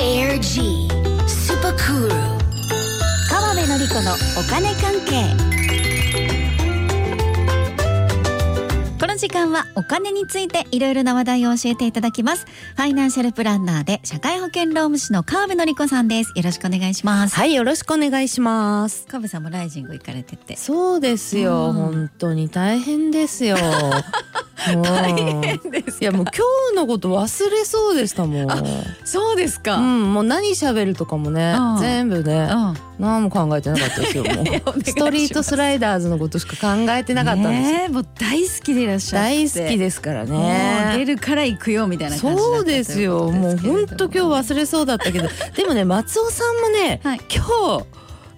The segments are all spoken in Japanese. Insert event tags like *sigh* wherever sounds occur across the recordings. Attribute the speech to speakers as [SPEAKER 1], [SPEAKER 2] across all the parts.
[SPEAKER 1] G スーパークール川辺典子のお金関係この時間はお金についていろいろな話題を教えていただきますファイナンシャルプランナーで社会保険労務士の川辺典子さんですよろしくお願いします、
[SPEAKER 2] はい、よろしくお願いします。
[SPEAKER 1] 川辺さんもライジング行かれてて
[SPEAKER 2] そうですよ、
[SPEAKER 1] うん
[SPEAKER 2] 本当に大変です
[SPEAKER 1] *laughs*
[SPEAKER 2] よ。大変
[SPEAKER 1] です
[SPEAKER 2] いやもう今日のこと忘れそうでしたもん。
[SPEAKER 1] あそうです
[SPEAKER 2] う
[SPEAKER 1] か、
[SPEAKER 2] ん、もう何喋るとかもね
[SPEAKER 1] うん、
[SPEAKER 2] 全部
[SPEAKER 1] う
[SPEAKER 2] ね、
[SPEAKER 1] ん、
[SPEAKER 2] 何も考えてなかったですよ。
[SPEAKER 1] *laughs*
[SPEAKER 2] もう
[SPEAKER 1] いやお願いします
[SPEAKER 2] ストリートスライダーズのことしか考えてなかったんですよ。
[SPEAKER 1] ねえもう大好きでいらっしゃって
[SPEAKER 2] 大好きですから
[SPEAKER 1] もう出
[SPEAKER 2] ね。
[SPEAKER 1] るから行くよみたいな感じだった
[SPEAKER 2] そうですよ、もう本当今日忘れそうだったけど、でもね、松尾さんもね、
[SPEAKER 1] はい
[SPEAKER 2] 今日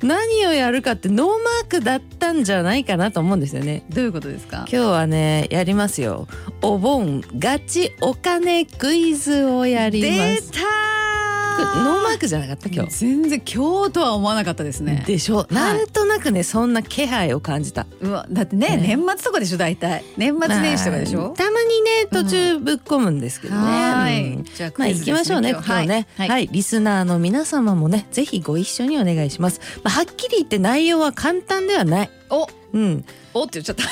[SPEAKER 2] 何をやるかってノーマークだったんじゃないかなと思うんですよね。
[SPEAKER 1] どういうことですか
[SPEAKER 2] 今日はねやりますよお盆ガチお金クイズをやります
[SPEAKER 1] 出た
[SPEAKER 2] これノーマークじゃなかった今日、
[SPEAKER 1] 全然今日とは思わなかったですね
[SPEAKER 2] でしょ、なんとなくねそんな気配を感じた
[SPEAKER 1] うわだってね
[SPEAKER 2] ね
[SPEAKER 1] 年末とかでしょ大体年末年始とかでし
[SPEAKER 2] まあ
[SPEAKER 1] ょ、
[SPEAKER 2] たまにね途中ぶっ込むんですけどね、
[SPEAKER 1] はい
[SPEAKER 2] うん
[SPEAKER 1] じゃあ
[SPEAKER 2] まあ
[SPEAKER 1] クイ
[SPEAKER 2] 行
[SPEAKER 1] ズ
[SPEAKER 2] き
[SPEAKER 1] ですね
[SPEAKER 2] ましょうね今日ね
[SPEAKER 1] は
[SPEAKER 2] はいい、
[SPEAKER 1] はい
[SPEAKER 2] リスナーの皆様もねぜひご一緒にお願いします、まあ、はっきり言って内容は簡単ではない
[SPEAKER 1] お
[SPEAKER 2] うん
[SPEAKER 1] おって言っちゃった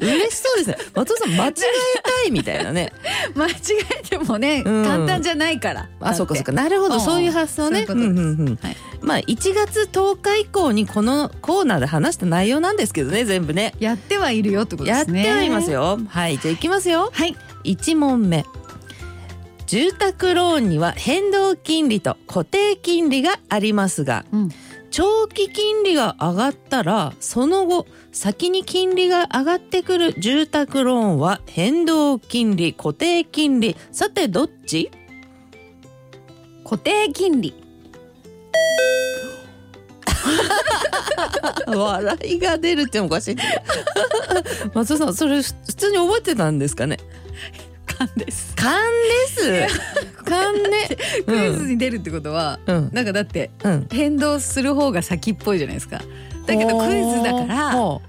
[SPEAKER 1] *laughs*
[SPEAKER 2] 嬉しそうですね松尾さん間違えたいみたいなね
[SPEAKER 1] 間違えてもね、
[SPEAKER 2] うん
[SPEAKER 1] 簡単じゃないから
[SPEAKER 2] *laughs* あそうかそう
[SPEAKER 1] か
[SPEAKER 2] かなるほ
[SPEAKER 1] うん
[SPEAKER 2] どそういう発想ね
[SPEAKER 1] そういうことです
[SPEAKER 2] んうんうん
[SPEAKER 1] はい
[SPEAKER 2] まあ1月10日以降にこのコーナーで話した内容なんですけどね全部ね
[SPEAKER 1] やってはいるよってことで
[SPEAKER 2] やっ
[SPEAKER 1] すね
[SPEAKER 2] てはいますよはいじゃあいきますよ
[SPEAKER 1] はい
[SPEAKER 2] 1問目住宅ローンには変動金利と固定金利がありますが
[SPEAKER 1] うん
[SPEAKER 2] 長期金利が上がったらその後先に金利が上がってくる住宅ローンは変動金利固定金利さてどっち *laughs*
[SPEAKER 1] 固定金利
[SPEAKER 2] 笑いが出るってもおかしい *laughs* 松尾さんそれふ普通に覚えてたんですかね
[SPEAKER 1] 勘です
[SPEAKER 2] 勘です勘ね
[SPEAKER 1] クイズに出るってことは、
[SPEAKER 2] うん
[SPEAKER 1] なんかだって
[SPEAKER 2] うん
[SPEAKER 1] 変動する方が先っぽいじゃないですかだけどクイズだから
[SPEAKER 2] おー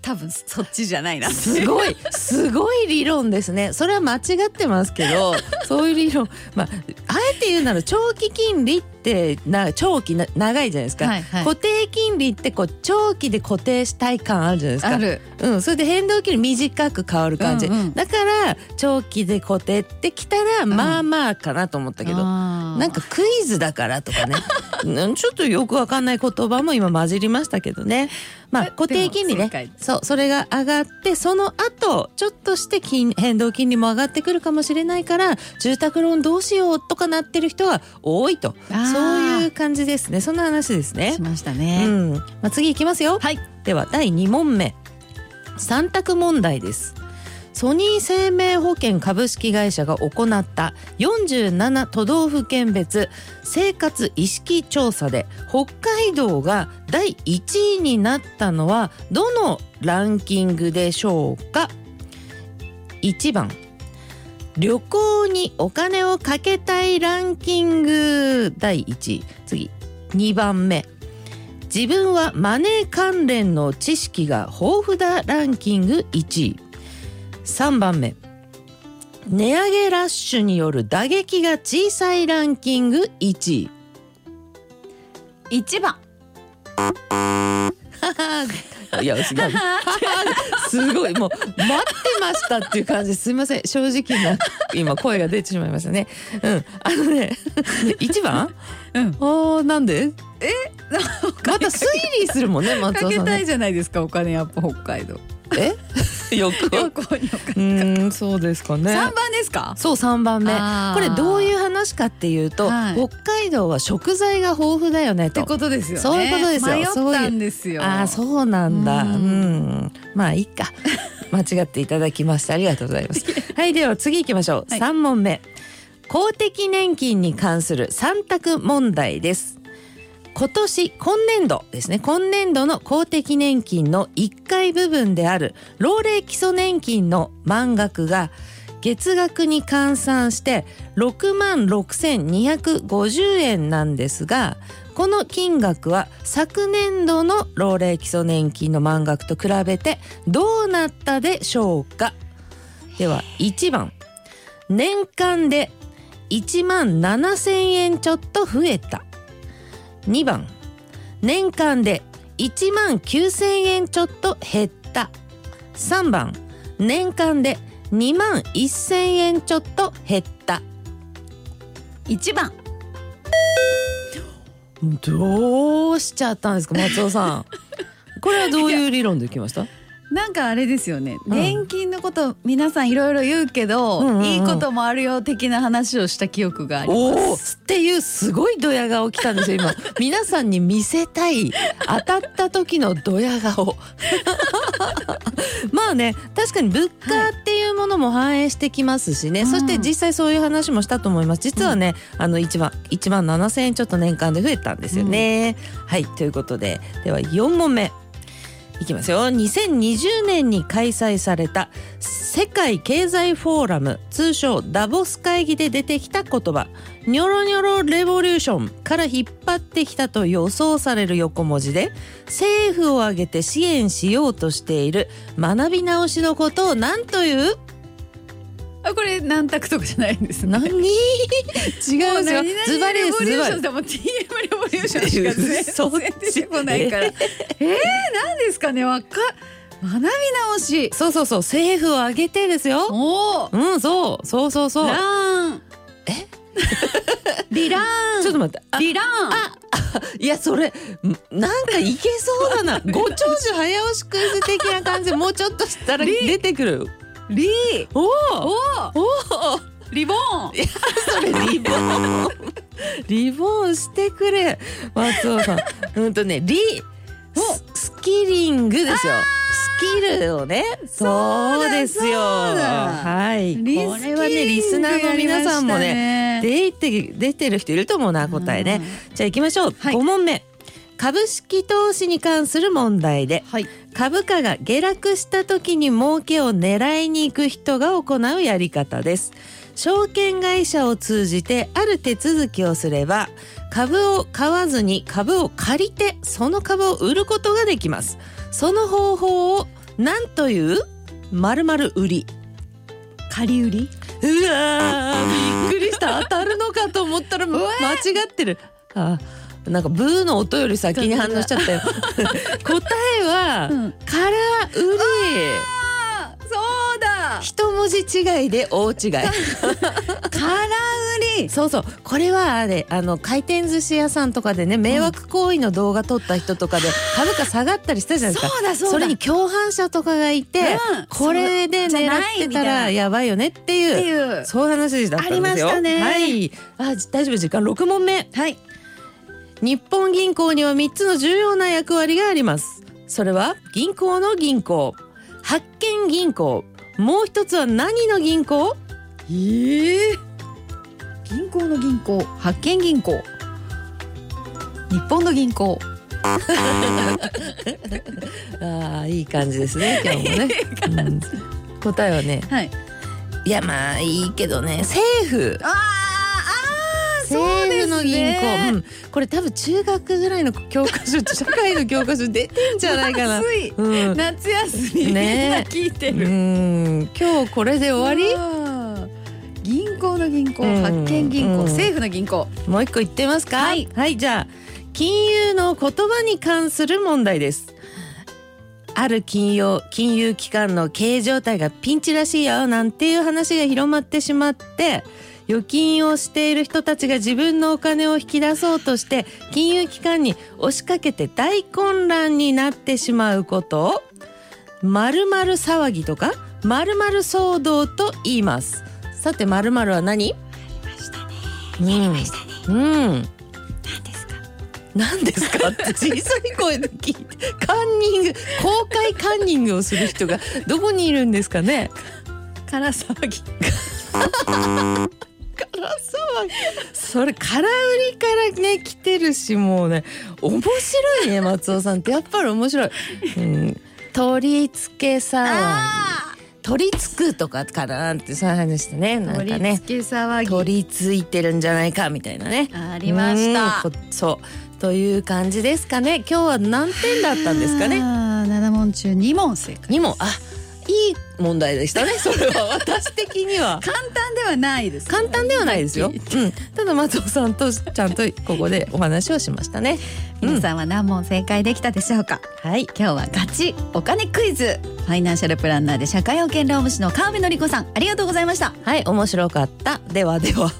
[SPEAKER 1] 多分そっちじゃないなって
[SPEAKER 2] すごいすごい理論ですねそれは間違ってますけ
[SPEAKER 1] *laughs*
[SPEAKER 2] どそういう理論まああえて言うなら長期金利ってな長期な長いじゃないですか、
[SPEAKER 1] はいはい
[SPEAKER 2] 固定金利ってこう長期で固定したい感あるじゃないですか
[SPEAKER 1] ある
[SPEAKER 2] うん、それで変動金利短く変わる感じ、
[SPEAKER 1] うんうん
[SPEAKER 2] だから長期で固定ってきたら
[SPEAKER 1] ん
[SPEAKER 2] まあまあかなと思ったけど、
[SPEAKER 1] な
[SPEAKER 2] なんかクイズだからとかね *laughs* うんちょっとよくわかんない言葉も今混じりましたけどねまあ
[SPEAKER 1] え
[SPEAKER 2] 固定金利
[SPEAKER 1] でも正解
[SPEAKER 2] ねそうそれが上がってその後ちょっとして金変動金利も上がってくるかもしれないから住宅ローンどうしようとかなってる人は多いと
[SPEAKER 1] あー
[SPEAKER 2] そういう感じですねそんな話ですね
[SPEAKER 1] し。ました
[SPEAKER 2] う
[SPEAKER 1] ね、
[SPEAKER 2] んまあ、次いきますよ、
[SPEAKER 1] はい
[SPEAKER 2] では第2問目三択問題ですソニー生命保険株式会社が行った47都道府県別生活意識調査で北海道が第1位になったのはどのランキングでしょうか1番旅行にお金をかけたいランキング第1位次2番目自分はマネー関連の知識が豊富だランキング1位3番目値上げラッシュによる打撃が小さいランキング1位
[SPEAKER 1] 一番
[SPEAKER 2] いや違う
[SPEAKER 1] *laughs*
[SPEAKER 2] すごいもう待ってましたっていう感じですいません正直な今声が出てしまいましたねうんあのね *laughs* 1番
[SPEAKER 1] うん
[SPEAKER 2] あーなんで *laughs* また推理するもんね松
[SPEAKER 1] か
[SPEAKER 2] 尾
[SPEAKER 1] け
[SPEAKER 2] さん
[SPEAKER 1] た
[SPEAKER 2] ね
[SPEAKER 1] いじゃないですかお金やっぱ北海道
[SPEAKER 2] えよく
[SPEAKER 1] 旅行にお金
[SPEAKER 2] うーんそうですかね
[SPEAKER 1] 三番ですか
[SPEAKER 2] そう3番目
[SPEAKER 1] あー
[SPEAKER 2] これどういう話かっていうと、
[SPEAKER 1] はい
[SPEAKER 2] 北海道は食材が豊富だよね
[SPEAKER 1] って
[SPEAKER 2] と。
[SPEAKER 1] ことですよね
[SPEAKER 2] そういうことですよ
[SPEAKER 1] 迷
[SPEAKER 2] そう
[SPEAKER 1] った
[SPEAKER 2] い
[SPEAKER 1] んですよ
[SPEAKER 2] ああそうなんだ
[SPEAKER 1] う
[SPEAKER 2] うんんまあいい
[SPEAKER 1] *laughs*
[SPEAKER 2] か間違っていただきましてありがとうございますはいでは次行きましょう、
[SPEAKER 1] はい
[SPEAKER 2] 3問目公的年金に関する3択問題です今年今年度ですね今年度の公的年金の1階部分である老齢基礎年金の満額が月額に換算して6万6250円なんですがこの金額は昨年度の老齢基礎年金の満額と比べてどうなったでしょうかでは1番年間で1万7,000円ちょっと増えた2番年間で1万9,000円ちょっと減った3番年間で2万1,000円ちょっと減った
[SPEAKER 1] 1番
[SPEAKER 2] どうしちゃったんですか松尾
[SPEAKER 1] *laughs*
[SPEAKER 2] さんこれはどういう理論できました
[SPEAKER 1] なんかあれですよね、
[SPEAKER 2] うん
[SPEAKER 1] 年金のこと皆さんいろいろ言うけど、
[SPEAKER 2] うんうんうん
[SPEAKER 1] いいこともあるよ的な話をした記憶があり
[SPEAKER 2] お
[SPEAKER 1] ま
[SPEAKER 2] お
[SPEAKER 1] す。
[SPEAKER 2] っていうすごいドヤ顔来たんですよ
[SPEAKER 1] *laughs*
[SPEAKER 2] 今皆さんに見せたい当たった時のドヤ顔 *laughs* まあね確かに物価っていうものも反映してきますしね、
[SPEAKER 1] うん
[SPEAKER 2] そして実際そういう話もしたと思います実はね、あの1万1万7,000円ちょっと年間で増えたんですよね、はいということででは4問目いきますよ2020年に開催された世界経済フォーラム通称ダボス会議で出てきた言葉「ニョロニョロレボリューション」から引っ張ってきたと予想される横文字で政府を挙げて支援しようとしている学び直しのことを何という
[SPEAKER 1] あこれ何択とかじゃないんですね。
[SPEAKER 2] 何違うんですよ
[SPEAKER 1] もう何々
[SPEAKER 2] ズバリで
[SPEAKER 1] レボ
[SPEAKER 2] す
[SPEAKER 1] リ
[SPEAKER 2] ズ
[SPEAKER 1] ュ
[SPEAKER 2] バ
[SPEAKER 1] ーシ
[SPEAKER 2] リ
[SPEAKER 1] ョンでも TM レボリューションしか全然出てこないから。えー、何ですかねわか学び直し。
[SPEAKER 2] そうそうそう政府を挙げてですよ
[SPEAKER 1] おお。
[SPEAKER 2] うんそうそうそうそう
[SPEAKER 1] ラーン。え？ *laughs* リラーン。
[SPEAKER 2] ちょっと待ってあ
[SPEAKER 1] リラーン。
[SPEAKER 2] いやそれんなんかいけそうだな *laughs* ご長寿早押しクイズ的な感じでもうちょっとしたら
[SPEAKER 1] リ
[SPEAKER 2] 出てくる
[SPEAKER 1] リ
[SPEAKER 2] お
[SPEAKER 1] お
[SPEAKER 2] お
[SPEAKER 1] お。
[SPEAKER 2] おお
[SPEAKER 1] リボン。
[SPEAKER 2] それリボンリボンしてくれ松尾さんうんとねリススキリングですよスキルをねそうですよ
[SPEAKER 1] そうだ
[SPEAKER 2] はいこ
[SPEAKER 1] リスキリ
[SPEAKER 2] れ
[SPEAKER 1] ング
[SPEAKER 2] はねリスナーの皆さんもね
[SPEAKER 1] やり
[SPEAKER 2] 出て出てる人いると思うな
[SPEAKER 1] ましたね
[SPEAKER 2] 答えね。。じゃあ行きましょう、
[SPEAKER 1] はい
[SPEAKER 2] 5問目株式投資に関する問題で
[SPEAKER 1] はい。
[SPEAKER 2] 株価が下落した時に儲けを狙いに行く人が行うやり方です証券会社を通じてある手続きをすれば株を買わずに株を借りてその株を売ることができますその方法を何という〇〇売り
[SPEAKER 1] 仮売り。
[SPEAKER 2] うわーびっくりした当たるのかと思ったら間違ってるあなんかブーの音より先に反応しちゃ
[SPEAKER 1] *laughs*
[SPEAKER 2] ったよ答えは
[SPEAKER 1] うん。
[SPEAKER 2] 「からうり
[SPEAKER 1] あそう」だ。
[SPEAKER 2] 一文字違いで大違
[SPEAKER 1] 空売
[SPEAKER 2] い
[SPEAKER 1] り。
[SPEAKER 2] そうそうこれはあれあの回転寿司屋さんとかでね迷惑行為の動画撮った人とかで株価下がったりしたじゃないですか
[SPEAKER 1] うだ
[SPEAKER 2] それに共犯者とかがいて、
[SPEAKER 1] うん
[SPEAKER 2] これで
[SPEAKER 1] そうじ
[SPEAKER 2] 狙
[SPEAKER 1] ゃ
[SPEAKER 2] っ
[SPEAKER 1] ない
[SPEAKER 2] て
[SPEAKER 1] み
[SPEAKER 2] た
[SPEAKER 1] た
[SPEAKER 2] ら
[SPEAKER 1] い
[SPEAKER 2] やばいよねっていう
[SPEAKER 1] っていう。
[SPEAKER 2] そういう話だったんですよ。
[SPEAKER 1] ありましたね
[SPEAKER 2] はい。あ、じ大丈夫時間六問目。
[SPEAKER 1] はい。
[SPEAKER 2] 日本銀行には三つの重要な役割があります。それは銀行の銀行、発見銀行、もう一つは何の銀行？
[SPEAKER 1] ええ銀行の銀行、発見銀行。日本の
[SPEAKER 2] *laughs*
[SPEAKER 1] 銀行。
[SPEAKER 2] ああいい感じですね今日も
[SPEAKER 1] *laughs*
[SPEAKER 2] ね。うん答えはね、
[SPEAKER 1] はい。
[SPEAKER 2] いやまあいいけどね、政府。
[SPEAKER 1] ああ、ああ、そう
[SPEAKER 2] 政
[SPEAKER 1] で
[SPEAKER 2] 府
[SPEAKER 1] す
[SPEAKER 2] の銀行、う
[SPEAKER 1] ね。
[SPEAKER 2] ん、これ多分中学ぐらいの教科書社会の教科書出てんじゃないか
[SPEAKER 1] *laughs*
[SPEAKER 2] な。
[SPEAKER 1] 暑い。
[SPEAKER 2] うん、
[SPEAKER 1] 夏休み。みんな
[SPEAKER 2] ね
[SPEAKER 1] 聞いて
[SPEAKER 2] う
[SPEAKER 1] る。
[SPEAKER 2] ん今日これで終わり
[SPEAKER 1] り。銀行の銀行、
[SPEAKER 2] うん
[SPEAKER 1] 発見銀
[SPEAKER 2] うん
[SPEAKER 1] 行、政府の銀行。
[SPEAKER 2] もう一個言ってますか
[SPEAKER 1] はい、
[SPEAKER 2] じゃあ金融の言葉に関する問題ですある金融金融機関の経営状態がピンチらしいよなんていう話が広まってしまって預金をしている人たちが自分のお金を引き出そうとして金融機関に押しかけて大混乱になってしまうことを〇〇騒ぎとか〇〇騒動と言いますさて〇〇は何
[SPEAKER 1] ましたね。
[SPEAKER 2] うん
[SPEAKER 1] たね。
[SPEAKER 2] うん
[SPEAKER 1] 何ですか。
[SPEAKER 2] 何ですかって小さい声で聞いてカンニング公開カンニングをする人がどこにいるんですかね
[SPEAKER 1] から騒ぎ。
[SPEAKER 2] から騒ぎそれ空売りからね来てるしもうね面白いね松尾さんってやっぱり面白い、うん、取り付け騒ぎ
[SPEAKER 1] あ
[SPEAKER 2] 取り付くとかかなってそういう話してね
[SPEAKER 1] あ。
[SPEAKER 2] なん
[SPEAKER 1] 取
[SPEAKER 2] か
[SPEAKER 1] り
[SPEAKER 2] ね
[SPEAKER 1] 付け騒ぎ。
[SPEAKER 2] 取り付いてるんじゃないかみたいなね
[SPEAKER 1] ありました
[SPEAKER 2] う。んこそうという感じですかね今日は何点だったんですかね
[SPEAKER 1] あー。七問中二問正解。
[SPEAKER 2] にもあいい問題でしたねそれは私的には
[SPEAKER 3] 簡単ではないです、
[SPEAKER 2] 簡単ではないですよ、うん、ただ松尾さんとちゃんとここでお話をしましたね、うん
[SPEAKER 1] *laughs* 皆さんは何問正解できたでしょうか
[SPEAKER 2] はい
[SPEAKER 1] 今日はガチお金クイズファイナンシャルプランナーで社会保険労務士の川辺典子さんありがとうございました
[SPEAKER 2] はい面白かったではでは